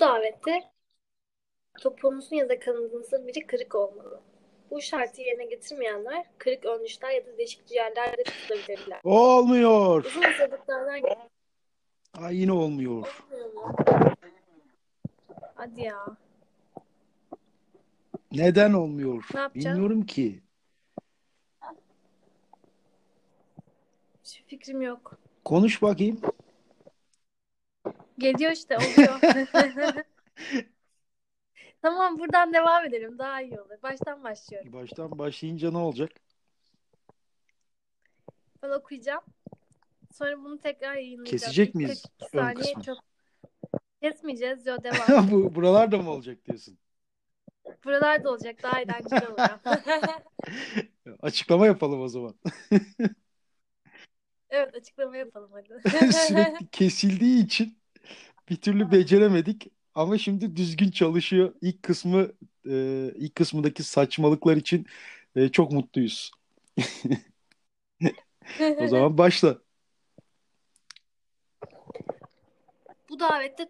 davette topuğunuzun ya da kanadınızın biri kırık olmalı. Bu şartı yerine getirmeyenler kırık ön dişler ya da değişik ciğerlerle tutulabilirler. Olmuyor. Uzun uzadıklardan Ay yine olmuyor. gelmiyor mu? Hadi ya. Neden olmuyor? Ne yapacağız? Bilmiyorum ki. Hiçbir fikrim yok. Konuş bakayım. Geliyor işte oluyor. tamam buradan devam edelim. Daha iyi olur. Baştan başlıyorum. Baştan başlayınca ne olacak? Ben okuyacağım. Sonra bunu tekrar yayınlayacağım. Kesecek İlk miyiz 42 ön saniye kısmı? çok... Kesmeyeceğiz. Yo devam. Bu buralarda mı olacak diyorsun? Buralarda olacak. Daha eğlenceli olacak. Açıklama yapalım o zaman. evet açıklama yapalım hadi. Sürekli kesildiği için bir türlü beceremedik. Ama şimdi düzgün çalışıyor. İlk kısmı e, ilk kısmındaki saçmalıklar için e, çok mutluyuz. O zaman başla. Bu davette